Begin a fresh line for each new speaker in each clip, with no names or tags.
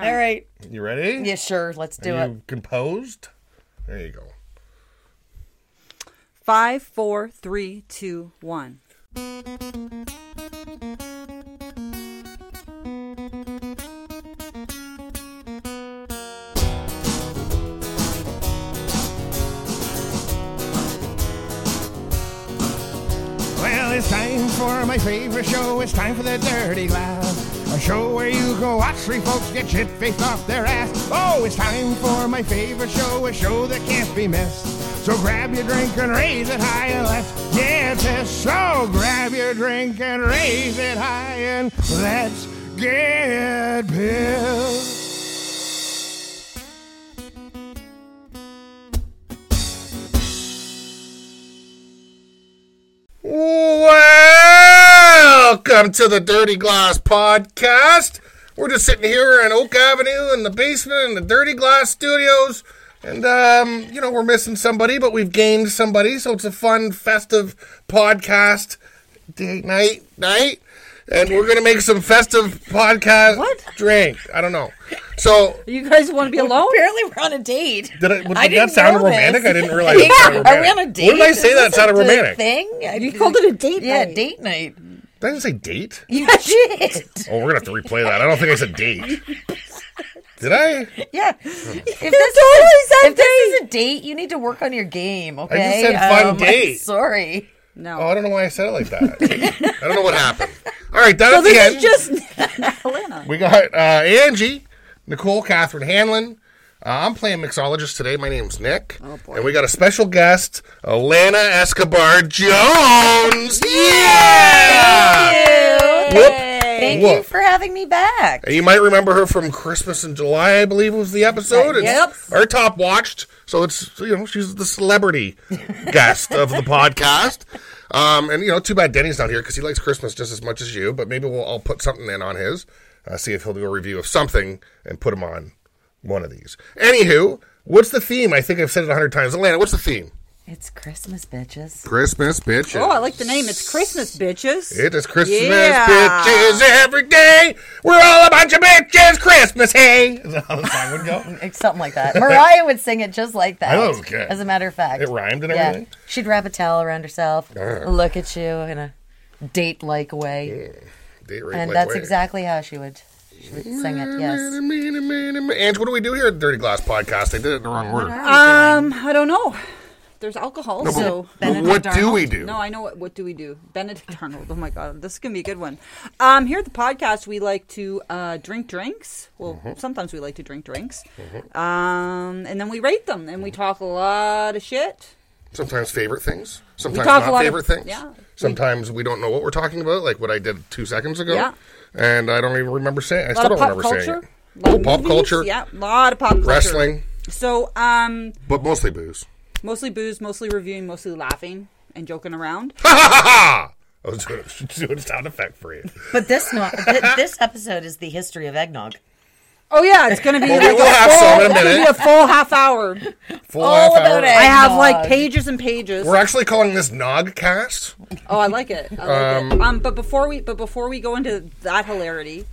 All right.
You ready?
Yeah, sure. Let's do
Are
it.
you composed? There you go.
Five, four, three, two, one.
Well, it's time for my favorite show. It's time for the Dirty Laugh. A show where you go watch three folks get shit faced off their ass. Oh, it's time for my favorite show. A show that can't be missed. So grab your drink and raise it high and let's get this. So grab your drink and raise it high and let's get pissed.
Welcome to the Dirty Glass Podcast. We're just sitting here on Oak Avenue in the basement in the Dirty Glass Studios. And, um, you know, we're missing somebody, but we've gained somebody. So it's a fun, festive podcast date night, night. And we're going to make some festive podcast
What?
drink. I don't know. So,
You guys want to be alone?
Apparently, we're on a date.
did, I,
I
did
didn't
that sound
know
romantic?
this.
I didn't realize that sounded
Are we
romantic.
on a date?
What did I
Is
say that
this
sounded
a d-
romantic?
Thing?
You called it a date
Yeah,
night.
date night.
Did I just say date?
You did.
Oh, we're gonna have to replay that. I don't think I said date. Did I?
Yeah.
Hmm.
If this, is, a, if this is a date, you need to work on your game, okay? Um,
said fun
I'm
date.
Sorry.
No.
Oh, I don't know why I said it like that. I don't know what happened. All right, down
so
at the
Oh, this
end,
is just Helena.
we got uh, Angie, Nicole, Catherine Hanlon. Uh, I'm playing mixologist today. My name's Nick, oh, boy. and we got a special guest, Alana Escobar Jones. Yeah. Whoop.
Thank you
Whoop.
for having me back.
And you might remember her from Christmas in July, I believe was the episode. It's
Yep.
Our top watched. So it's, you know, she's the celebrity guest of the podcast. Um, and, you know, too bad Denny's not here because he likes Christmas just as much as you, but maybe we'll, I'll put something in on his, uh, see if he'll do a review of something and put him on one of these. Anywho, what's the theme? I think I've said it a hundred times. Atlanta, what's the theme?
It's Christmas, bitches.
Christmas, bitches.
Oh, I like the name. It's Christmas, bitches.
It is Christmas
Yeah.
bitches every day. We're all a bunch of bitches. Christmas, hey. Is that how the song would go?
Something like that. Mariah would sing it just like that.
I know it was good.
As a matter of fact,
It rhymed and everything?
She'd wrap a towel around herself,
Grr.
look at you in a date-like way,
Date rape
and
like
that's
way.
exactly how she would she would sing it. Yes.
Ange, what do we do here at Dirty Glass Podcast? I did it in the wrong word.
Um, I don't know. There's alcohol,
but
so
Benedict what do Arnold? we do?
No, I know what. What do we do? Benedict Arnold. Oh my God, this is gonna be a good one. Um, here at the podcast, we like to uh, drink drinks. Well,
Mm-hmm.
sometimes we like to drink drinks. Um, and then we rate them, and
Mm-hmm.
we talk a lot of shit.
Sometimes favorite things. Sometimes
talk a
not
lot of-
favorite things.
yeah.
Sometimes we don't know what we're talking about, like what I did two seconds ago.
Yeah.
And I don't even remember saying. I
A lot
still don't
of pop
remember
culture.
saying. it.
a lot of
Oh, pop
movies.
culture.
Yeah, a lot of pop culture.
Wrestling,
So, um,
but mostly booze.
mostly booze, mostly reviewing, mostly laughing and joking around.
Ha ha ha ha! I was doing, doing a sound effect for you.
But this no, th- this episode is the history of eggnog.
Oh yeah, it's gonna be
Well,
like
we'll
a
have
full,
some in a
it's gonna
minute.
be a full half hour.
Full
All
half
about
hour.
it.
I have
Nog.
like pages and pages.
We're actually calling this Nogcast.
Oh, I like it. I like it. Um, but before we but before we go into that hilarity,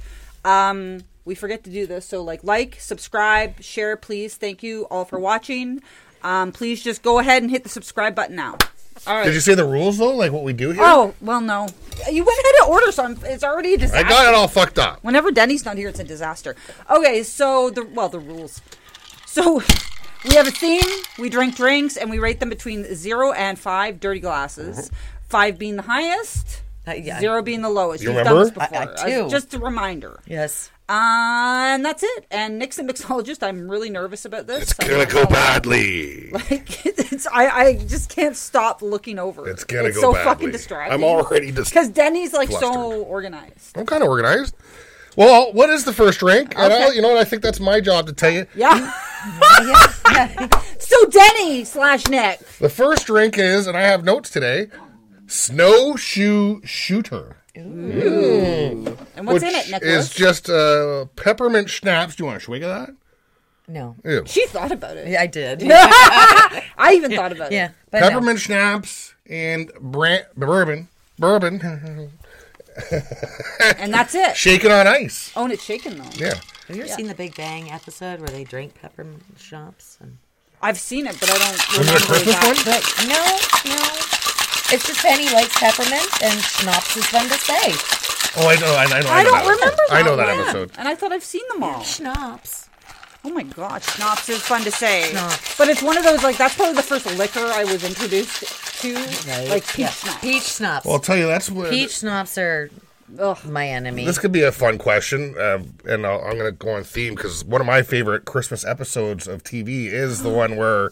um, we forget to do this. So like like subscribe share please. Thank you all for watching. Um, please just go ahead and hit the subscribe button now. All right.
Did you say the rules though? Like what we do here?
oh well, no, you went ahead and order some. It's already a
I
disaster.
got it all fucked up.
Whenever Denny's not here, it's a disaster. Okay, so the well the rules. So we have a theme. We drink drinks and we rate them between zero and five dirty glasses. Five being the highest.
Mm-hmm. Uh, yeah.
Zero being the lowest.
You
We've
remember?
done this
I- I
before. Uh,
do.
Just a reminder.
Yes.
Uh, and that's it. And Nick's a mixologist. I'm really nervous about this.
It's gonna
oh,
go badly.
it's, I, I just can't stop looking over. it.
It's gonna
it's
go
so
badly.
fucking distracting.
I'm already
because
distracted.
Denny's like so
flustered.
organized.
I'm kind of organized. Well, what is the first drink? And
Okay.
I'll, you know what? I think that's my job to tell you.
Yeah.
yes. Yeah.
so Denny slash Nick.
The first drink is, and I have notes today, snowshoe shooter.
And
which
what's in it, Nicholas?
is just uh, peppermint schnapps. Do you want a swig of that?
No.
Ew.
she thought about it.
Yeah, I did.
I even thought about
Yeah.
it.
But no.
peppermint schnapps and bran- bourbon, bourbon,
and that's it.
Shaken on ice.
Own it, shaken though.
Yeah.
Have you ever
Yeah.
seen the Big Bang episode where they drink peppermint schnapps? And...
I've seen it, but I don't
Was
remember
it a Christmas
that.
one?
But no, no. It's just Penny likes peppermint and schnapps is fun to say.
Oh, I know. I, I know.
I
know
don't
that episode.
remember. That
I know that
one.
episode.
and I thought I've seen them all.
Schnapps.
Oh my gosh, schnapps is fun to say.
Schnapps.
But it's one of those like that's probably the first liquor I was introduced to, like peach
Yeah.
schnapps.
Peach schnapps.
Well, I'll tell you, that's where
Peach schnapps are
Ugh.
my enemy.
This could be a fun question, um, and I'll, I'm going to go on theme because one of my favorite Christmas episodes of TV is the one where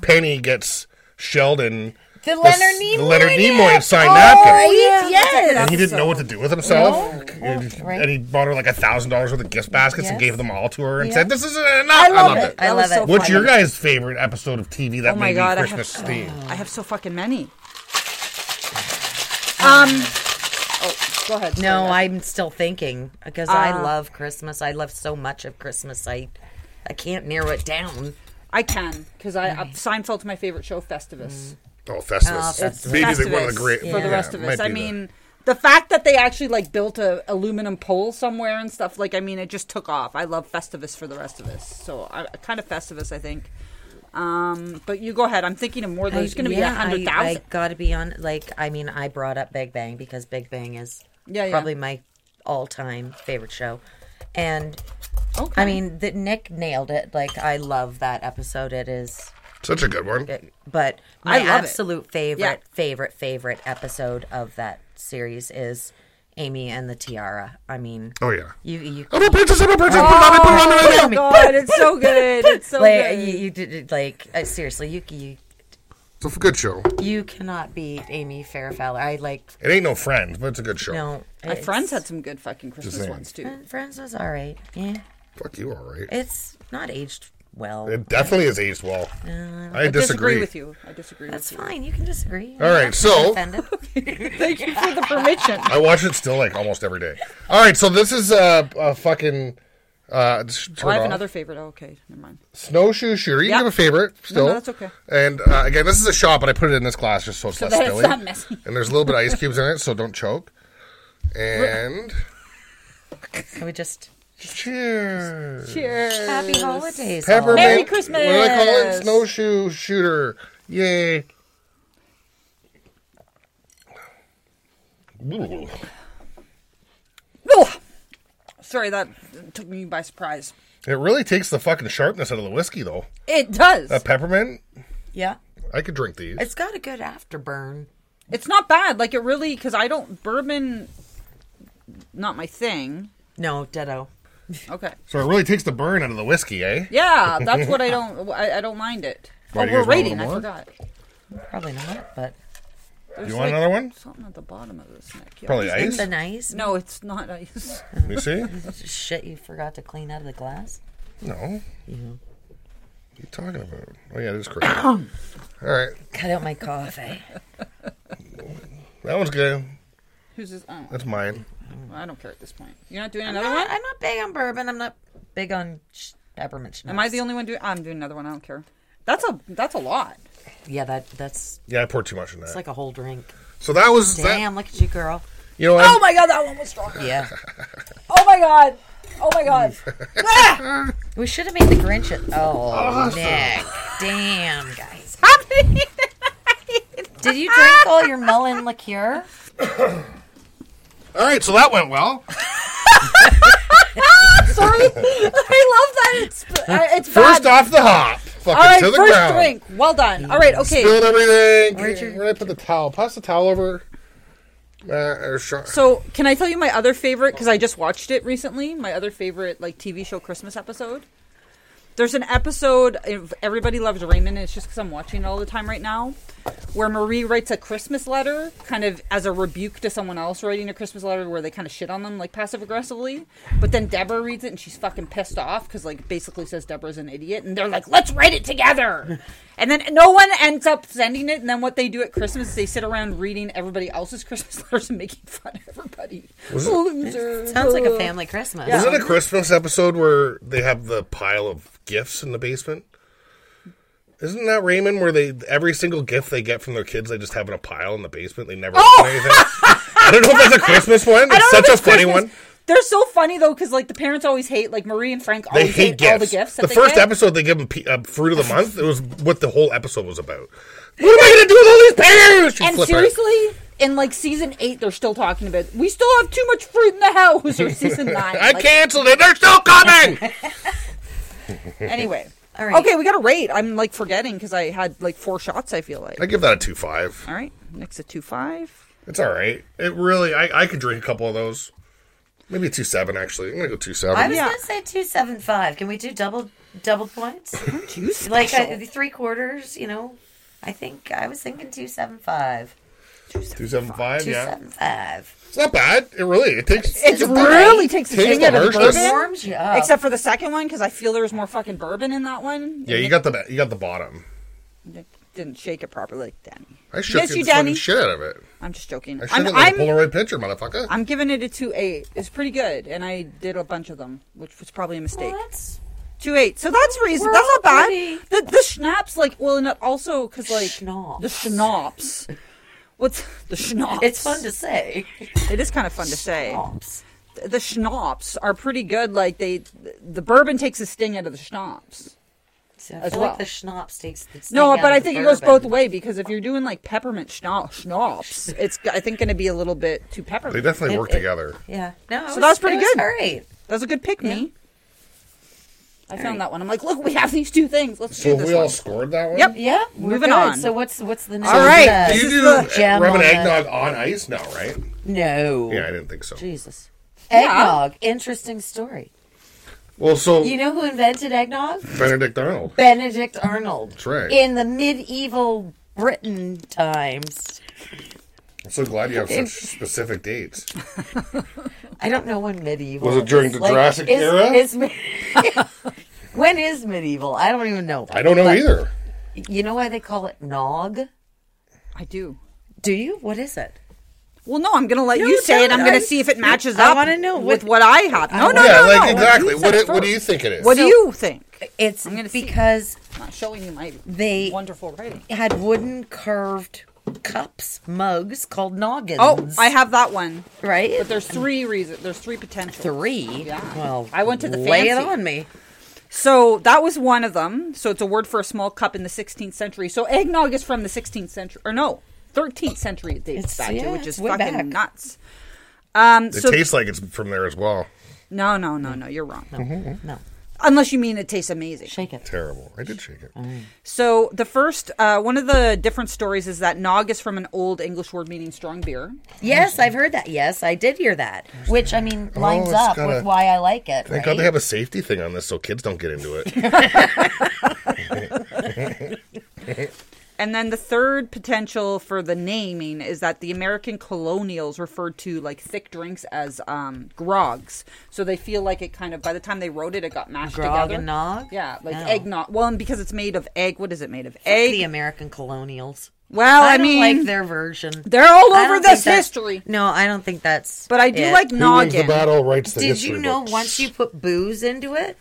Penny gets Sheldon
The
s-
Leonard
the
Nimoy.
Leonard Nimoy
Oh,
signed
Right,
napkin,
Oh, yeah,
yes.
and he didn't know what to do with himself. and,
right.
and he bought her like a thousand dollars worth of gift baskets and
Yes.
gave them all to her and
Yeah.
said, "This is enough."
I love it.
I
That
love
was so
it.
What's
fun.
your guys' favorite episode of TV that
Oh my
may
god,
be
I have
Christmas themed?
I have so fucking many. Um. Oh, go ahead.
No,
sorry.
I'm still thinking because
Uh.
I love Christmas. I love so much of Christmas. I I can't narrow it down.
I can because I uh, Seinfeld's my favorite show.
Mm.
Festivus.
Oh, Festus.
Oh, Festus.
Maybe the- one of the
Festivus
great
for the
yeah,
rest of
might
us. I
be the-
mean, the fact that they actually like built a aluminum pole somewhere and stuff. Like, I mean, it just took off. I love Festivus for the rest of us. So I kind of Festivus, I think. Um, but you go ahead. I'm thinking of more. There's going to be a hundred
I,
thousand.
got to be on. Like, I mean, I brought up Big Bang because Big Bang is
Yeah, yeah.
probably my all-time favorite show, and
Okay.
I mean that Nick nailed it. Like, I love that episode. It is,
Such a good one.
it- but
I
my
love it.
absolute favorite,
Yeah.
favorite, favorite episode of that series is Amy and the Tiara. I mean,
Oh yeah.
you you
I'm a princess. I'm a princess. Put it on me. Put it on me right now.
Oh God, it's so good. It's so
like
good.
you, you did it, like uh, seriously you you
It's a good show.
you cannot beat Amy Fairfeller. I like
It ain't no friends, but it's a good show.
no.
My
it's-
friends had some good fucking Christmas
saying.
ones too.
Friends was all right. Yeah,
Fuck you, all right.
it's not aged well.
It definitely is aged well. I, disagree.
I disagree with you. I disagree
That's
with you.
fine. You can disagree.
All right, so-
offended.
Thank you for the permission.
I watch it still like almost every day. All right, so this is uh, a fucking uh, sh- turn
Oh, I have
off.
another favorite. Oh, okay, never mind.
snowshoe shooter. You
Yeah.
can have a favorite still.
no, that's okay.
And uh, again, this is a shot, but I put it in this glass just so it's less
that it's
spilly.
not messy.
And there's a little bit of ice cubes in it, so don't choke. And
Can we just
cheers.
Cheers.
happy holidays? all.
Peppermint.
Merry Christmas.
What do I call it? Snowshoe shooter. Yay. Ooh.
Ugh. Sorry, that took me by surprise.
It really takes the fucking sharpness out of the whiskey, though.
It does.
A peppermint,
Yeah,
I could drink these.
it's got a good afterburn.
it's not bad. Like it really, because I don't bourbon. Not my thing.
No, ditto.
Okay.
So it really takes the burn out of the whiskey, eh?
Yeah, that's what I don't. I, I don't mind it.
Why,
oh,
you
we're
guys want a
rating. I
little
forgot.
Probably not, but
There's
You want another one?
Something at the bottom of this neck. Yeah.
Probably
isn't
ice.
the nice
No, it's not ice.
Let me see.
shit you forgot to clean out of the glass?
No. What are you talking about? Oh yeah, it is crazy. All right,
Cut out my coffee.
that one's good.
Who's this? Oh,
That's mine.
I don't care at this point. You're not doing another
I'm
one.
not, I'm not big on bourbon. I'm not big on sh- peppermint.
Am I the only one doing? I'm doing another one. I don't care. That's a that's a lot.
Yeah, that that's
Yeah, I poured too much in that.
it's like a whole drink.
so that was that.
Damn, look at you, girl.
You know what?
Oh my god, that one was strong.
Yeah.
Oh my god. Oh my god.
We should have made the Grinch at Oh, Nick. Damn, guys. Did you drink all your melon liqueur?
All right, so that went well.
Sorry. I love that it's uh, it's
First
bad.
off the hop, fucking
All right,
to the
first
ground.
drink. Well done. All right, okay.
Spilled everything. Where
Where'd
did
your-
I put the towel? Pass the towel over. Uh, or sh-
So, can I tell you my other favorite? Because I just watched it recently. My other favorite, like TV show Christmas episode. There's an episode of Everybody Loves Raymond. And it's just because I'm watching it all the time right now, where Marie writes a Christmas letter, kind of as a rebuke to someone else writing a Christmas letter, where they kind of shit on them like passive aggressively. But then Deborah reads it and she's fucking pissed off because like basically says Deborah's an idiot, and they're like, let's write it together. And then no one ends up sending it. And then what they do at Christmas is they sit around reading everybody else's Christmas letters and making fun of everybody.
Was it-
Loser.
Sounds like a family Christmas.
Is it a Christmas episode where they have the pile of gifts in the basement? Isn't that Raymond where they every single gift they get from their kids they just have in a pile in the basement they never open anything? I don't know if that's a Christmas one.
Oh! I don't
It's
know
such
if
a
it's
funny
Christmas.
one.
They're so funny though, because like the parents always hate like Marie and Frank
They
always
hate
hate,
gifts.
all the gifts. That
the
they
first
get.
episode, they give them p- uh, fruit of the month. It was what the whole episode was about. What am I going to do with all these parents? You
And
flip her.
seriously, in like season eight, they're still talking about. We still have too much fruit in the house. Or season nine.
I
like,
canceled it. They're still coming.
Anyway.
All right.
Okay, we got a rate. I'm like forgetting because I had like four shots. I feel like.
I give that a two five.
All right, next a two five.
It's all right. It really, I, I could drink a couple of those. Maybe a two seven actually. I'm gonna go two
I
seven.
was
Yeah.
gonna say two seven five. Can we do double double points?
Too special.
like uh, I, three quarters? You know, I think I was thinking two seven five.
Two seven five.
Two
Yeah,
seven five.
it's not bad. It really. It takes.
it really takes the
Taste
shit
the
out of the
harshness.
bourbon.
Warms you up.
Oh. Except for the second one, because I feel there was more fucking bourbon in that one.
Yeah, you got the ba- you got the bottom.
Nick didn't shake it properly, Danny.
I shook
yes,
the
you,
fucking
Danny.
shit out of it.
I'm just joking.
I shook
I'm,
it like
I'm,
a Polaroid picture, motherfucker.
I'm giving it a two eight. It's pretty good, and I did a bunch of them, which was probably a mistake.
Well, that's-
Two eight. So that's reason.
We're
That's not
all
bad.
pretty.
The the schnapps, like, well, and also because like
Schnapps.
the schnapps. What's the schnapps?
it's fun to say.
It is kind of fun to say.
Ops.
The schnapps are pretty good. Like they, the bourbon takes the sting out of the schnapps.
So I
As
feel
well.
like the schnapps takes the sting
No,
out
but I
of the
think it goes
bourbon.
both way because if you're doing like peppermint schna- schnapps, it's I think going to be a little bit too
They
peppermint.
definitely work together.
Yeah. No.
So that's pretty good.
All right.
That's a good pick, me. I found that one. I'm like, look, we have these two things. Let's
So
do this
we all
one.
scored that one.
Yep.
Yeah. we're
Moving
good.
on.
So what's what's the next?
All right.
uh,
Do you
This
do
is the
gem
rum and
on the-
eggnog on ice? No, right?
no.
Yeah, I didn't think so.
Jesus.
Yeah.
Eggnog. Interesting story.
Well, so
You know who invented eggnog?
Benedict Arnold.
Benedict Arnold. That's
right.
In the medieval Britain times.
I'm so glad you have such specific dates.
I don't know when medieval.
Was it during the
is. Like,
Jurassic
is-
era?
is me- when is medieval? I don't even know.
I don't know
But
either.
You know why they call it nog?
I do.
Do you? What is it?
Well, no, I'm going to let you say it.
don't.
I'm going
I-
to see if it matches
I
up
wanna know what-
with what I have. No, no,
yeah,
no,
like
no.
exactly.
you
What
said
do, what do you
first.
think it is?
What do
So-
you think?
It's
gonna see.
because
I'm not showing you my
they
wonderful writing.
had wooden curved cups, mugs called noggins.
Oh,
Mm-hmm.
I have that one.
right.
But there's three reasons. There's three potential.
three.
Yeah.
Well,
I went to the
lay
fancy.
it on me.
So that was one of them. So it's a word for a small cup in the 16th century. So eggnog is from the 16th century, or no, 13th century it dates
It's-
back
yeah,
to, which is
it's way
fucking
back.
nuts. Um,
It
so
tastes like it's from there as well.
no, no, no, no, you're wrong.
No,
Unless you mean it tastes amazing.
shake it.
Terrible. I did shake it.
So the first, uh, one of the different stories is that nog is from an old English word meaning strong beer.
Yes, I've heard that. Yes, I did hear that. Which I mean lines
Oh, it's
up
got
with
a-
why I like it. right?
Thank God they have a safety thing on this so kids don't get into it.
And then the third potential for the naming is that the American colonials referred to like thick drinks as um, grogs. So they feel like it kind of by the time they wrote it, it got mashed
Grog
together.
and nog?
Yeah, like
No.
eggnog. Well, and because it's made of egg, what is it made of?
the
Egg.
American colonials.
Well, I,
I, don't
mean,
like their version.
they're all
I don't
over
think
this
that-
history.
No, I don't think that's.
But I do
it.
like
Who wins the
noggin.
battle? Writes the
Did
history
you know
books.
once you put booze into it,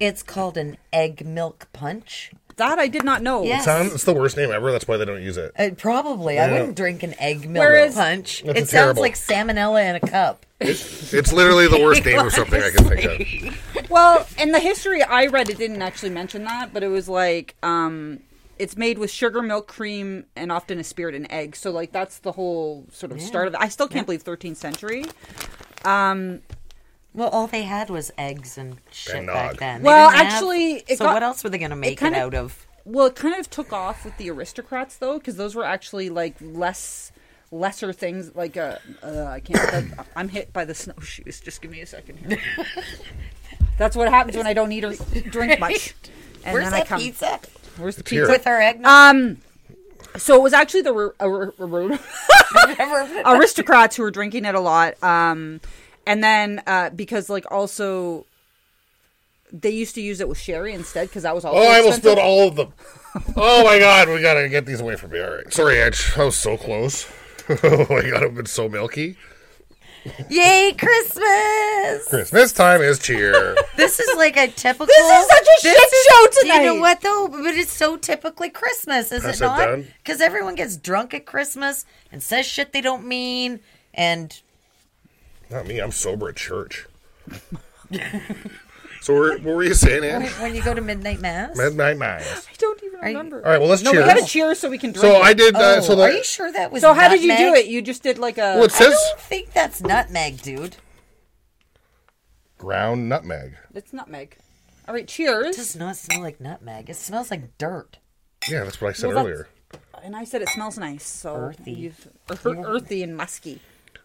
it's called an egg milk punch?
That I did not know.
Yeah.
Sounds, it's the worst name ever. That's why they don't use it.
Uh, probably. I wouldn't drink an egg milk
Whereas-
punch.
That's
It sounds
terrible.
like salmonella in a cup.
It's literally the worst name of something I can think of.
Well, in the history I read, it didn't actually mention that, but it was like um, it's made with sugar, milk, cream, and often a spirit and egg. So like that's the whole sort of start of it. I still can't believe 13th century.
Well, all they had was eggs and shit
And nog.
back then. They
Well,
didn't have-
actually, it
so
got-
what else were they going to make it,
kinda-
out of?
Well, it kind of took off with the aristocrats though, because those were actually like less lesser things. Like uh, uh, I can't. Like, I'm hit by the snowshoes. Just give me a second here. that's what happens when I don't eat or drink much. And
Where's
then I
that
come.
pizza
Where's the
here.
pizza?
with her egg?
Um, so it was actually the r- r- r- Uh, aristocrats who were drinking it a lot. Um, and then uh, because like also they used to use it with sherry instead because that was also
Oh, I almost
expensive.
spilled all of them. Oh my God, we gotta get these away from me. All right, sorry, Edge. I was so close. oh my God, I've been so milky.
Yay, Christmas!
Christmas time is cheer.
This is like a typical.
This is such a shit show
Do
tonight.
You know what though? But it's so typically Christmas, is it
Pass that
not?
down.
Because everyone gets drunk at Christmas and says shit they don't mean and
Not me. I'm sober at church. so we're, what were you saying, Ann?
when you go to midnight mass.
Midnight Mass.
I don't even
you-
remember.
All right. Well, let's
no,
cheers.
we gotta cheers so we can drink.
So I
it.
did. Uh,
Oh,
so
are
that.
you sure that was?
So how did you do
nutmeg?
it? You just did like a.
Well, it
I
says
don't think that's nutmeg, dude.
ground nutmeg.
it's nutmeg. All right,
It
cheers.
does not smell like nutmeg.
It smells like dirt.
Yeah, that's what I said
Well, that's-
earlier.
and I said it smells nice. So
Earthy.
you've- ear- earthy and musky.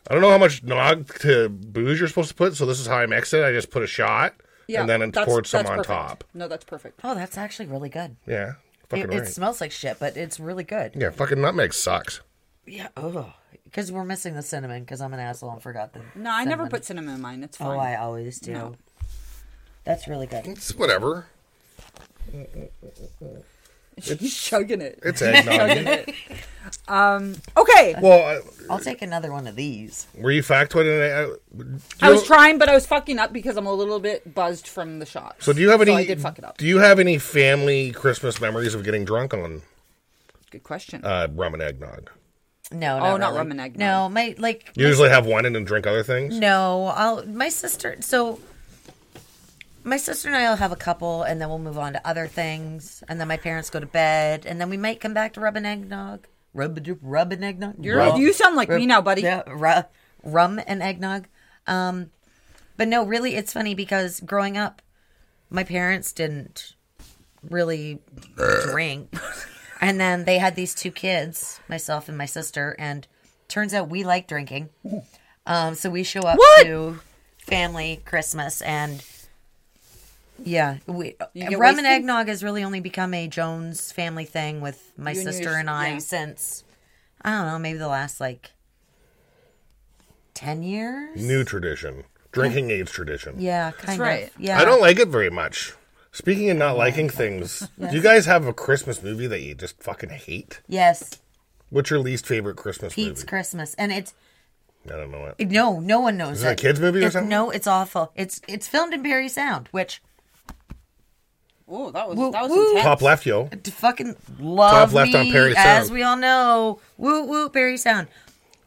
I don't know how much nog to booze you're supposed to put. So this is how I'm exiting. I just put a shot and then I
that's-
poured some
that's
on
perfect.
top.
No, that's perfect.
Oh, that's actually really good.
Yeah. Fucking
It,
right.
it smells like shit, but it's really good.
yeah, fucking nutmeg sucks.
Yeah. Oh, because we're missing the cinnamon. Because I'm an asshole and forgot the.
No, I never put cinnamon in mine. It's
Oh,
fine.
I always do. That's really good.
It's whatever.
She's chugging it. Um,
It's eggnog.
Okay,
well, I,
I'll take another one of these.
were you factoid? I,
I was trying, but I was fucking up because I'm a little bit buzzed from the shots.
So do you have any?
I did fuck it up.
Do you have any family Christmas memories of getting drunk on
Good question.
uh, rum and eggnog?
No.
Oh, not
really.
rum and egg,
No, my like.
You usually have one and then drink other things.
No, I'll my sister. So my sister and I will have a couple, and then we'll move on to other things, and then my parents go to bed, and then we might come back to rub and eggnog. Rub a doop, rub and eggnog.
You're,
Rub-
You sound like me now, buddy.
Yeah, ru- rum and eggnog. Um, but no, really, it's funny because growing up, my parents didn't really drink, and then they had these two kids, myself and my sister, and turns out we like drinking. Um, so we show up
What?
to family Christmas and. Yeah, we,
You get
rum and
wasted?
eggnog has really only become a Jones family thing with my
You and your
sister
sh-
and I
yeah.
since I don't know, maybe the last like 10 years?
New tradition, drinking age tradition.
Yeah, kind
right.
of. Yeah.
I don't like it very much. Speaking of not liking things, do you guys have a Christmas movie that you just fucking hate?
Yes,
What's your least favorite Christmas
Pete's
movie?
Christmas and it's
I don't know what.
no, no one knows
Is it a kids movie or
It's-
something?
No, it's awful. It's it's filmed in Barry Sound, which
Oh, that was
Woo-
that was
woo.
intense.
Top left, yo.
d- fucking love
Top left
me,
on Perry
as
Sound.
we all know. Woot woot Perry Sound.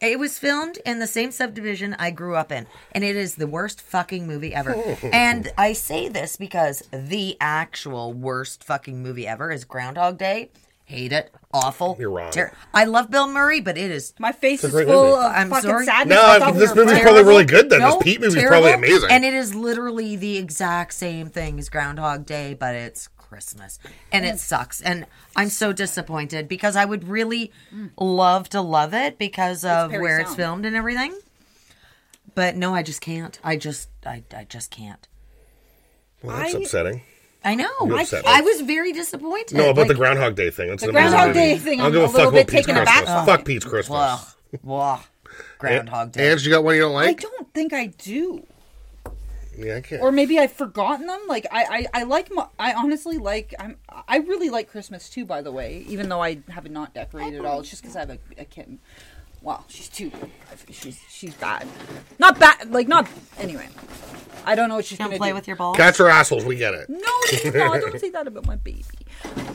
It was filmed in the same subdivision I grew up in, and it is the worst fucking movie ever. and I say this because the actual worst fucking movie ever is Groundhog Day. Hate it. Awful.
You're wrong.
I love Bill Murray, but it is
My face is
great
full
movie.
of
I'm
fucking
sorry?
sadness.
No,
I thought
this
we were
movie's
friends.
probably really good then.
No,
this Pete movie's
terrible.
probably amazing.
And it is literally the exact same thing as Groundhog Day, but it's Christmas. And it sucks. And I'm so disappointed because I would really love to love it because of
Perry
where it's
Sound.
filmed and everything. But no, I just can't. I just I, I just can't.
well, that's
I- uh,
upsetting.
I know.
You're
I,
upset.
I was very disappointed.
No, about the
Like,
Groundhog Day thing. That's the
Groundhog Day thing,
I don't
I'm
give
a
a
little
fuck
bit
about Pete's
taken aback
Christmas.
by it.
Fuck Pete's Christmas.
Blah, blah. Groundhog Day.
Ange, you got one you don't
I
like?
don't think I do.
yeah, I can't.
Or maybe I've forgotten them. Like I, I, I like. My, I honestly like. I'm. I really like Christmas too. By the way, even though I have not decorated at all, it's just because I have a, a kitten. Well, she's too. She's she's bad. Not bad. Like not. Anyway, I don't know what she's
Don't
gonna
play
do.
with your balls.
Cats are assholes. We get it.
No, she's not. Don't say that about my baby.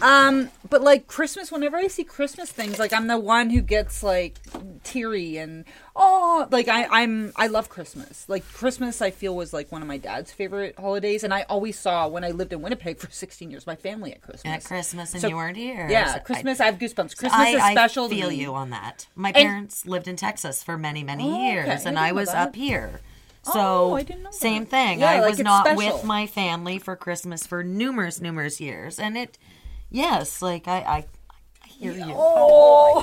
Um, but like Christmas, whenever I see Christmas things, like I'm the one who gets like teary and oh, like I I'm I love Christmas. Like Christmas, I feel was like one of my dad's favorite holidays, and I always saw when I lived in Winnipeg for 16 years my family at Christmas.
At Christmas, and
So-
you weren't here.
Yeah,
So I-
Christmas. I, have goosebumps. Christmas is
I,
special.
I feel
to me.
you on that. My parents lived in Texas for many, many
Oh, okay.
years,
I
and
didn't
I
know
was
that.
up here. So
Oh, I didn't know
same
that.
thing.
Yeah,
I
like,
was
it's
not
special.
with my family for Christmas for numerous, numerous years, and it, yes, like I, I, I hear you.
Oh,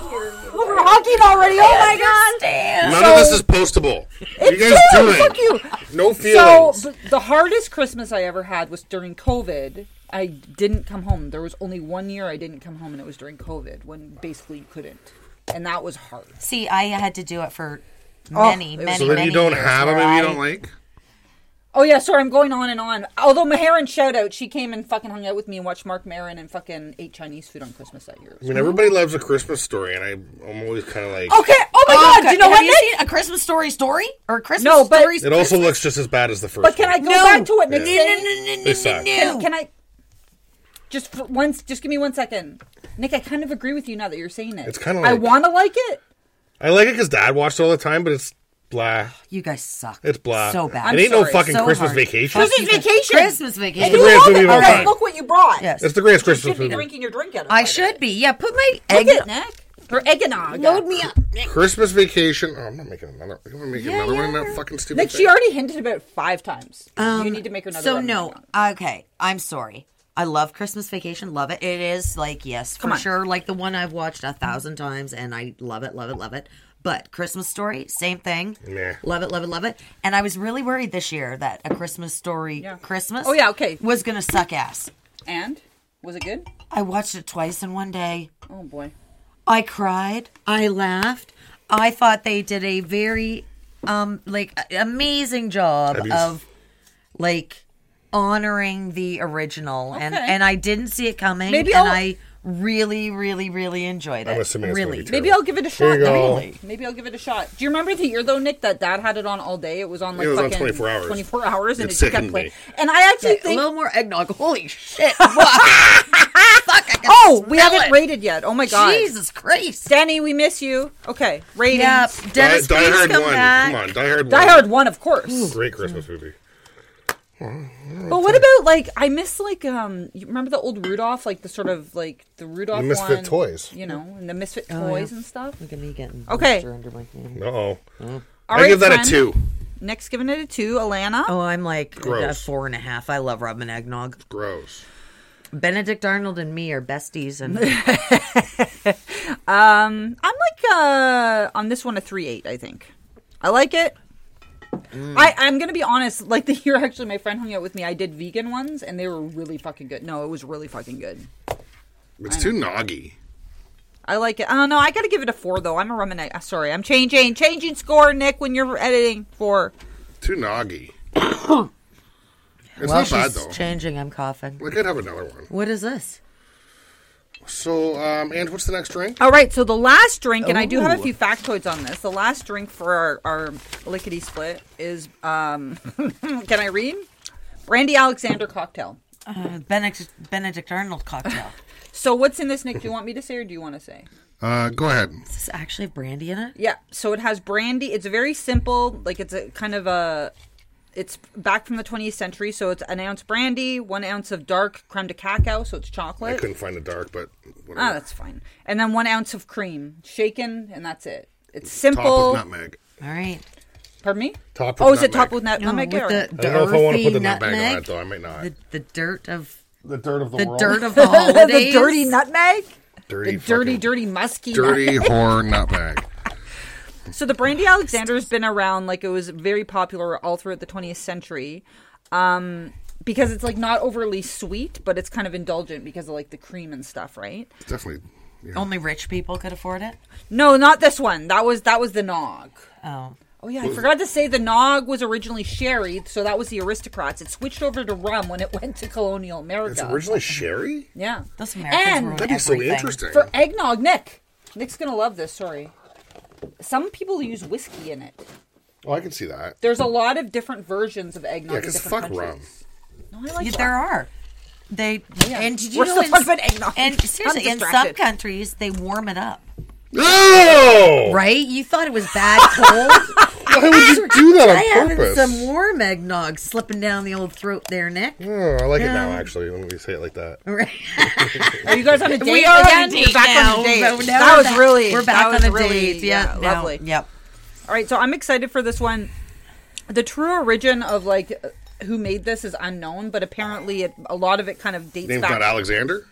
we're hugging already. Oh my god.
Damn.
None of this is postable. you guys do it.
Fuck you.
No
So
feelings.
but the hardest Christmas I ever had was during COVID. I didn't come home. There was only one year I didn't come home, and it was during COVID when basically you couldn't, and that was hard.
See, I had to do it for many,
Oh, it was-
many.
so then
many
you don't
years
have a
where
movie you
I-
don't like?
Oh yeah, sorry, I'm going on and on. Although Maharan shout out, she came and fucking hung out with me and watched Mark Maron and fucking ate Chinese food on Christmas that year.
I mean, everybody loves a Christmas story, and I, I'm always kind of like.
Okay. Oh my
Oh,
god. Do you know
have
what?
you
Nick?
seen a Christmas story story or a Christmas
No, but-
story?
It also looks just as bad as the first
but can I
one.
go back to what Nick
No, no,
said?
no, no, no,
They suck.
no, no.
Can I? Just for once, just give me one second, Nick. I kind of agree with you now that you're saying it.
It's kinda
I
like-
want to like it.
I like it because Dad watched it all the time, but it's blah.
You guys suck.
It's blah.
So bad.
it ain't no
sorry.
fucking
So
Christmas
hard.
vacation.
Fuck
Christmas
you guys.
vacation.
Christmas vacation.
the greatest
Love
movie
it.
of all
All right.
time.
Look what you brought.
Yes.
It's the greatest
You
Christmas
should be
movie.
drinking your drink out of
I
it.
should be. Yeah, put my
Look
egg
at Nick. Or eggnog.
load me up.
Christmas vacation. Oh, I'm not making another. You want to make another one in that fucking stupid
Nick,
thing?
she already hinted about five times. you need to make her another
Um, So
one.
no, okay. I'm sorry. I love Christmas Vacation. Love it. It is like yes, for
on.
sure. Like the one I've watched a thousand times, and I love it, love it, love it. But Christmas Story, same thing.
Nah.
Love it, love it, love it. And I was really worried this year that a Christmas Story Christmas,
Oh, yeah, okay.
was gonna suck ass.
And? Was it good?
I watched it twice in one day.
Oh, boy.
I cried. I laughed. I thought they did a very, um, like a- amazing job
Have you-
of, like, honoring the original, and
Okay.
and I didn't see it coming,
Maybe
and
I'll-
i really, really, really enjoyed it.
I'm assuming it's gonna
really.
be
Maybe I'll give it a shot.
you go.
though. Maybe I'll give it a shot. Do you remember the year though, Nick, that Dad had it on all day? It was on like
It was on
fucking
24 hours.
24 hours, and
It
it, just kept
sickened
playing.
me.
And I actually
a
think.
little more eggnog. Holy shit! Fuck,
Oh, we haven't
it.
rated yet. Oh my god,
Jesus Christ!
Danny, we miss you. Okay, ratings.
Yeah,
Die,
Dennis,
Die
please
Hard
come
One.
back.
Come on, Die Hard One.
Die Hard one, of course.
Great Christmas movie.
But what about like I miss like um you remember the old Rudolph like the sort of like the Rudolph
The Misfit
one,
toys.
you know and the misfit toys and stuff.
Look at me getting
Okay.
moisture under my hand.
Uh oh.
All
I
right,
give that a
friend.
two.
Nick's giving it a two. Alana,
Oh, I'm like a
Gross.
four and a half. I love rum and eggnog.
Gross.
Benedict Arnold and me are besties, and
I'm like uh on this one a three eight. I think I like it. I I'm gonna be honest. Like the year actually, my friend hung out with me. I did vegan ones and they were really fucking good. No, it was really fucking good.
It's too noggy.
I like it. Oh no, I gotta give it a four though. I'm a rum and egg. Sorry, I'm changing changing score, Nick. When you're editing four.
Too noggy. it's
while
not bad
she's
though.
changing, I'm coughing.
we could have another one.
What is this?
So, um, and what's the next drink?
All right, so the last drink, and I do have a
Ooh.
few factoids on this. The last drink for our, our lickety split is, um, can I read? Brandy Alexander cocktail.
Uh, Benedict Benedict Arnold cocktail.
So what's in this, Nick? Do you want me to say, or do you want to say?
Uh, go ahead.
Does this actually have brandy in it?
Yeah. So it has brandy. It's very simple. Like it's a kind of a. It's back from the 20th century, so it's an ounce brandy, one ounce of dark creme de cacao, so it's
I
chocolate.
couldn't find the dark, but
Ah,
whatever.
that's fine. And then one ounce of cream, shaken, and that's it. It's
Oh,
Top
simple.
with nutmeg.
All right.
Pardon me.
Top with
oh, is it
nutmeg.
top with nut-
No,
nutmeg?
with
or-
the,
I
the
don't know if I want to
earthy
put the nutmeg on
nutmeg,
it, though. I might not.
the, the dirt of
The dirt of
the
world.
dirt of the
the
holidays.
dirty nutmeg.
dirty,
the dirty,
fucking-
dirty, musky. nut-
dirty whore nutmeg.
So the brandy Alexander's been around like it was very popular all throughout the 20th century, um, because it's like not overly sweet, but it's kind of indulgent because of like the cream and stuff, right?
It's definitely. Yeah.
Only rich people could afford it.
No, not this one. That was that was the nog.
Oh,
Oh yeah, I forgot to say the nog was originally sherry, so that was the aristocrats. It switched over to rum when it went to colonial
It's
America.
originally sherry?
yeah,
those Americans
And-
ruin
That'd be
everything.
so interesting.
for eggnog, Nick. Nick's gonna love this. Sorry. Some people use whiskey in it.
oh, I can see that.
There's a lot of different versions of eggnog.
Yeah,
in
'cause
different
fuck
countries. No, I like
Yeah,
that.
there are. They and did you
We're
know
still
in,
talking about eggnog.
and
I'm
seriously, in some
distracted.
countries they warm it up.
No!
Right? You thought it was bad cold.
Why would you do that on
I having
purpose?
some warm eggnog slipping down the old throat there, Nick.
Oh, I like it now, actually, when we say it like that.
Are you guys on a date
we are
again?
on a
You're
date
back on
now.
a date.
but now
that
we're
was
back-
really.
we're
that
back
was
on a
really,
date. Yeah, no,
lovely.
Yep.
All right, so I'm excited for this one. The true origin of like uh, who made this is unknown, but apparently it, a lot of it kind of dates
Name's
back.
not Alexander?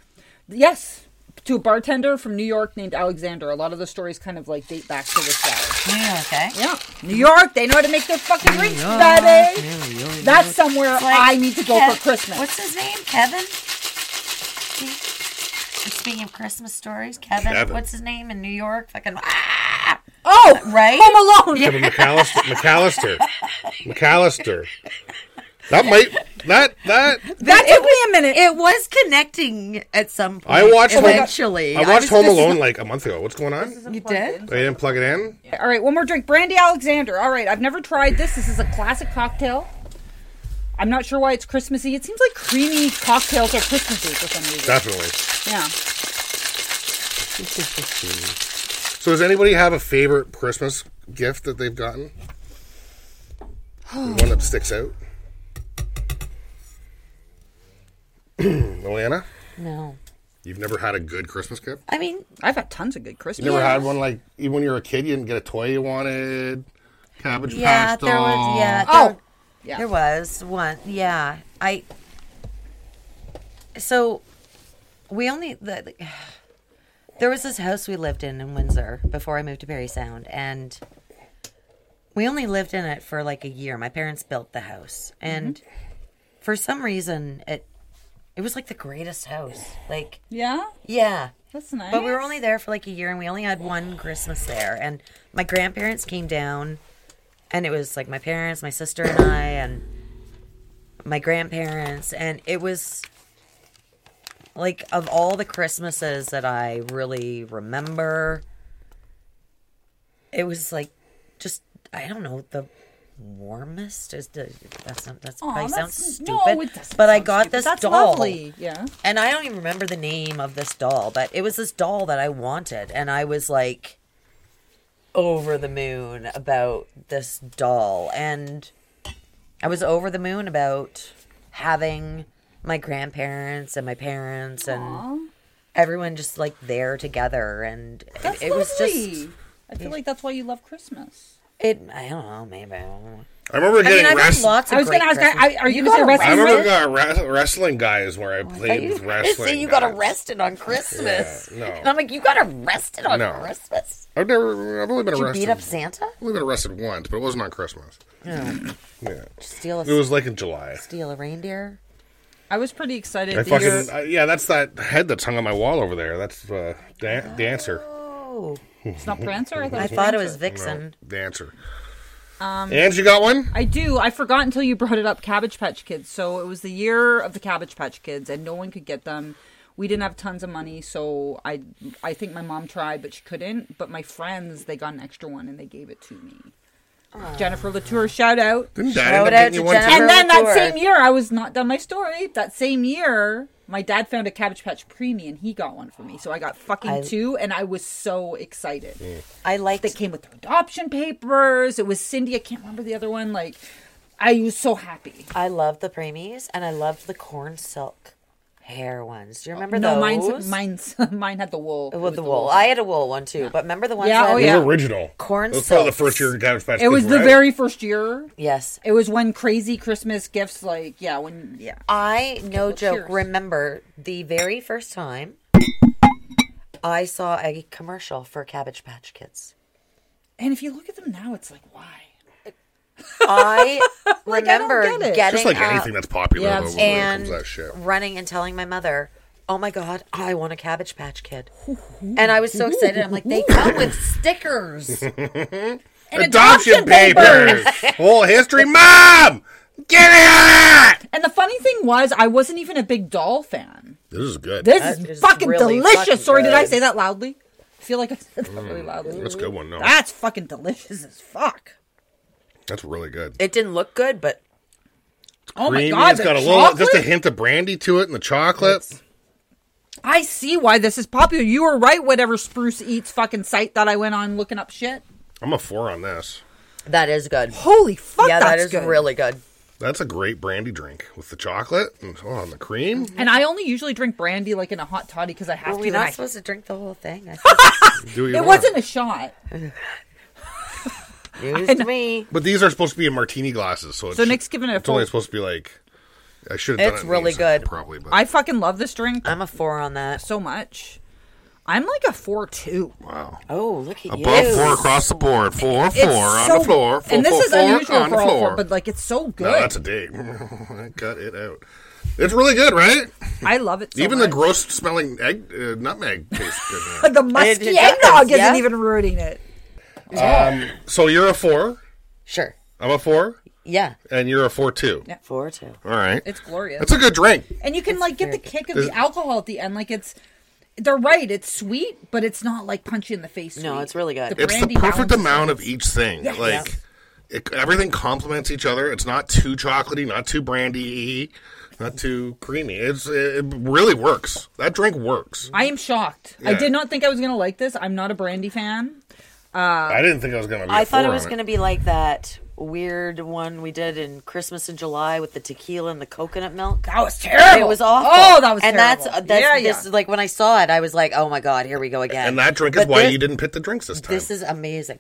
Yes, to a bartender from New York named Alexander. A lot of the stories kind of like date back to this guy.
Yeah, okay.
Yeah, New York. They know how to make their fucking drinks, baby. That's somewhere I need to go
Kev-
for Christmas.
What's his name? Kevin? Speaking of Christmas stories, Kevin,
Kevin.
what's his name in New York? Fucking ah,
Oh,
right?
Home Alone.
Kevin McAllister. McAllister. McAllister. That might. That. That.
That took me a minute.
It was connecting at some point.
I watched Home-
eventually.
I watched
was
Home
just-
Alone like a month ago. What's going on?
You did?
I didn't plug it in?
All right, one more drink. Brandy Alexander. All right, I've never tried this. This is a classic cocktail. I'm not sure why it's Christmassy. It seems like creamy cocktails are Christmassy for some reason.
Definitely.
yeah.
So, does anybody have a favorite Christmas gift that they've gotten? One that sticks out. Joanna,
No.
you've never had a good Christmas gift?
I mean,
I've had tons of good Christmas.
You never had one like even when you were a kid, you didn't get a toy you wanted. Cabbage
yeah,
patch
there
doll.
was yeah.
Oh,
there-
yeah.
There was one. Yeah. I So we only the, the- there was this house we lived in in Windsor before I moved to Perry Sound and we only lived in it for like a year. My parents built the house
Mm-hmm.
and for some reason it it was like the greatest house. Like
Yeah,
yeah.
that's nice.
But we were only there for like a year and we only had one Christmas there. And my grandparents came down and it was like my parents, my sister and I and my grandparents and it was like of all the Christmases that I really remember it was like just I don't know the warmest is the that's not that's
Aw,
probably
that's-
sounds
no,
stupid
it doesn't
but I
sound
got
stupid.
this
That's
doll
lovely. Yeah.
and I don't even remember the name of this doll, but it was this doll that I wanted, and I was like over the moon about this doll, and I was over the moon about having my grandparents and my parents and everyone just like there together, and it-
That's
it, was just
lovely. I feel like that's why you love Christmas.
it. I don't know, maybe. I don't know.
I remember
I mean,
getting
I've had
wrestling.
lots of.
I was
great
gonna ask,
Christmas-
I- are you gonna say
got
wrestling?
I remember
Really?
got wre- wrestling guy is where I played
Oh, You
with
I
wrestling.
say you got
guys.
arrested on Christmas.
Yeah, no.
And I'm like, you got arrested on
No.
Christmas.
I've never. I've only been
Did you
arrested.
beat up Santa?
I've only been arrested once, but it wasn't on Christmas. Yeah,
Steal
it
a
was like in July.
steal a reindeer?
I was pretty excited.
I
that you're-
fucking I, yeah. That's that head that's hung on my wall over there. That's uh, dan- dancer.
Oh,
It's not Prancer. I thought,
I
it was
thought it
Prancer.
was Vixen.
Dancer. Um, and you got one.
I do. I forgot until you brought it up Cabbage Patch Kids. So it was the year of the Cabbage Patch Kids and no one could get them. We didn't have tons of money, so I I think my mom tried but she couldn't, but my friends they got an extra one and they gave it to me. Jennifer Latour shout out.
Didn't Dad
Shout
end up
out
getting
to
you one?
Jennifer.
too?
And then that
Latour.
same year, I was not done my story. That same year, my dad found a Cabbage Patch Preemie and he got one for me. So I got fucking
I-
two and I was so excited.
I liked
They came with their adoption papers. It was Cindy. I can't remember the other one. Like, I was so happy.
I loved the preemies and I loved the corn silk hair ones. Do you remember
no,
those? Uh,
mine's mine's mine had the wool. It
with
was
the wool. I had a wool one too, but remember the ones?
Yeah,
that
oh
Those
yeah.
were original.
Corn
That was probably the
silks.
first year Cabbage Patch
It was
Kids
the
were out.
very first year.
Yes,
It was when crazy Christmas gifts, like yeah, when yeah.
I no
well,
joke.
cheers.
Remember the very first time I saw a commercial for Cabbage Patch Kids.
And if you look at them now, it's like why?
I
don't
remember
get it.
getting
Just like
up
anything that's popular.
Yeah,
though,
it's-
when it comes
and
to that shit.
running and telling my mother, "Oh my god, I want a Cabbage Patch Kid," and I was so excited. I'm like, "They come with stickers."
Adoption papers. Whole history, mom. Get it.
And the funny thing was, I wasn't even a big doll fan.
This is good.
This
That
is
is
fucking
really
delicious.
fucking
Sorry, did I
good.
say that loudly? I feel like I said that
Mm.
really loudly.
That's a good one. No,
That's fucking delicious as fuck.
that's really good.
It didn't look good, but
Oh
Creamy.
my god,
it's
the
got a
chocolate?
little, just a hint of brandy to it, and the chocolate.
I see why this is popular. You were right. Whatever Spruce Eats fucking site that I went on looking up shit.
I'm a four on this.
that is good.
Holy fuck,
yeah,
that's
that is
good.
really good.
That's a great brandy drink with the chocolate and, oh, and the cream.
And I only usually drink brandy like in a hot toddy because I have
Were
to.
we
and I-
not supposed to drink the whole thing? I
Do what you
it
want.
wasn't a shot.
said, "Excuse me.
But these are supposed to be in martini glasses, so it's,
So Nick's giving it a
it's only
four.
supposed to be like. I should have done
It's
it in
really
these,
good.
probably. But
I fucking love this drink
I'm a four on that.
so much. I'm like a four two.
wow,
Oh, look at
above
you.
four across the board, four, four on
so-
the floor, four,
and this
four,
is
four
unusual
on
for
the
all
floor.
four, but like it's so good.
no, Oh, that's a dig. Cut it out. It's really good, right?
I love it. So
Even
much.
the gross smelling egg uh, nutmeg tastes good. now.
But the
It-
musky
it does,
eggnog isn't
yeah.
even ruining it.
So you're a four.
Sure.
I'm a four,
Yeah.
and you're a four too.
Yeah.
Four two.
All right,
It's glorious.
that's a good drink.
and you can like get the kick of the alcohol at the end. Like it's, they're right. It's sweet, but it's not like punch you in the face.
No,
sweet.
it's really good.
It's the
brandy
perfect
balances
amount
it.
of each thing.
Yes.
Like it, everything complements each other. It's not too chocolatey, not too brandy, not too creamy. It's it really works. That drink works.
I am shocked. I
Yeah.
did not think I was gonna like this. I'm not a brandy fan.
Uh, I didn't think I was gonna. Be
I thought it was
going
going to be like that weird one we did in Christmas in July with the tequila and the coconut milk.
That was terrible.
It was awful.
Oh, that was
and
terrible.
that's that's
yeah,
this
yeah.
like when I saw it, I was like, oh my god, here we go again.
And that drink is
But
why
thi-
you didn't pick the drinks this time.
This is amazing,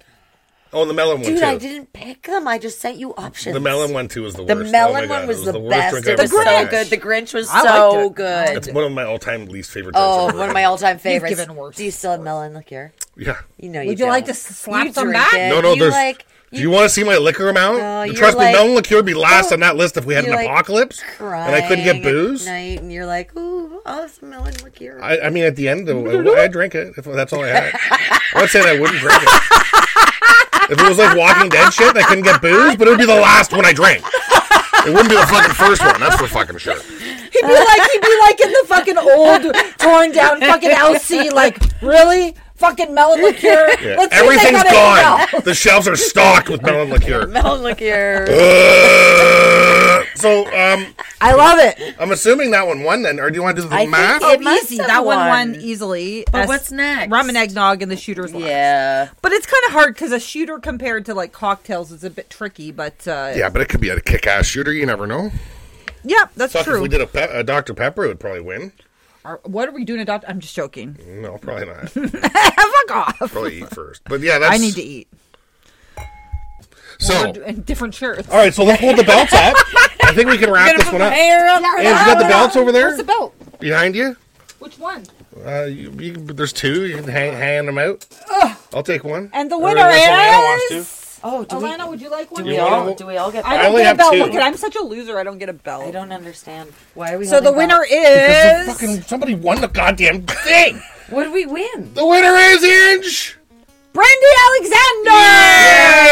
oh, and the melon one
dude.
too.
I didn't pick them. I just sent you options.
The melon one too was the,
The
worst. Oh
melon
one
one was, the,
worst
best.
Drink
It
I
was
ever
so
had.
good. The Grinch was
I liked
so
it. I
good.
It's one of my all-time least favorite drinks.
Oh,
I've ever
one of
had.
my all-time favorites.
given worse
Do you still have melon liqueur? here?
Yeah.
You know you
Would you like
do.
to s- slap
You
some
drink
back?
it.
No, no.
You
there's.
like
do you want to see my liquor amount?
No,
And
you're
Trust me,
like-
melon liqueur would be last on that list if we had an
you're like
apocalypse
crying
and I couldn't get booze.
at night, and you're like, ooh, I'll have some melon liqueur.
I, I mean, at the end, I, I drink it. If that's all I had. I'm not saying I wouldn't drink it. If it was like Walking Dead shit, and I couldn't get booze, but it would be the last one I drank. It wouldn't be the fucking first one. That's for fucking sure.
He'd be like, he'd be like in the fucking old, torn down fucking LC. Like, really? Fucking melon liqueur.
Yeah.
Let's see if they
Everything's
got anything
gone. The shelves are stocked with melon liqueur.
melon liqueur.
Uh, so, um,
else. I love it.
I'm assuming that one won then, or do you want to do the
I think
math?
it- must
easy.
have
That one
won.
won easily.
But
As
what's next?
Rum and eggnog and the shooter's last.
yeah.
But it's kind of hard because a shooter compared to like cocktails is a bit tricky. But uh, yeah.
yeah, but it could be a kick-ass shooter. You never know.
that's
Fuck, if
true.
we did a, pe- a Dr. Pepper, it would probably win.
Are- what are we doing? Adopt? I'm just joking.
No, probably not.
Fuck off.
probably eat first. But yeah, that's...
I need to eat.
So,
We're d- in different shirts.
all right, so let's hold the belts up. I think we can wrap this one up. And you got the belts over there
What's the belt?
behind you?
Which one?
Uh, you, you can- there's two. You can hang, hang them out. I'll take one.
And the
Or
winner
unless Elena wants to.
is.
Oh, do we,
Alana, would you like one?
do we
You
all
wanna-
do we all get?
I
I
I
don't
only
get
have
a belt.
two.
Look at I'm such a loser. I don't get a belt.
don't understand why are we.
So the
holding
winner
back?
is.
Fucking somebody won the goddamn thing.
What did we win?
The winner is Inge.
Brandy Alexander!
Yay!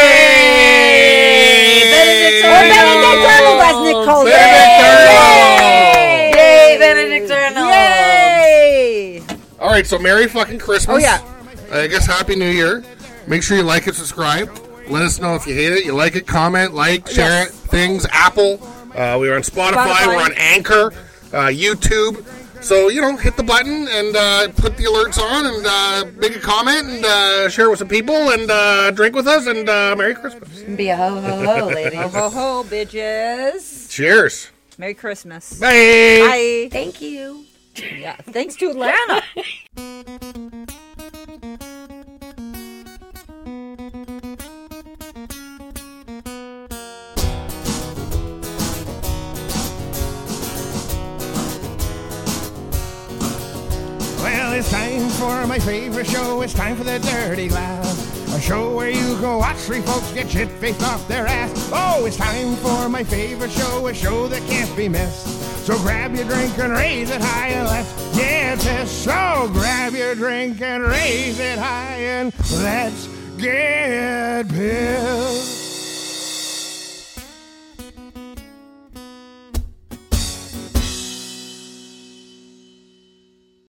Or Benedict Arnold, as Nick calls it.
Yay, Benedict Arnold.
Yay!
All right, so Merry fucking Christmas.
Oh, yeah.
I guess Happy New Year. Make sure you like it, subscribe. Let us know if you hate it. You like it, comment, like, share it. Things, Apple. Uh, we are on Spotify.
Spotify.
We're on Anchor, uh, YouTube. So, you know, hit the button and uh, put the alerts on and uh, make a comment and uh, share it with some people and uh, drink with us and uh, Merry Christmas.
Be a ho ho ho, ladies.
Ho ho, bitches.
Cheers.
Merry Christmas.
Bye.
Bye.
Thank you.
Yeah. Thanks to Atlanta.
Well, it's time for my favorite show. It's time for the Dirty Laugh, a show where you go watch three folks get shit faced off their ass. Oh, it's time for my favorite show, a show that can't be missed. So grab your drink and raise it high and let's get this. So grab your drink and raise it high and let's get pissed.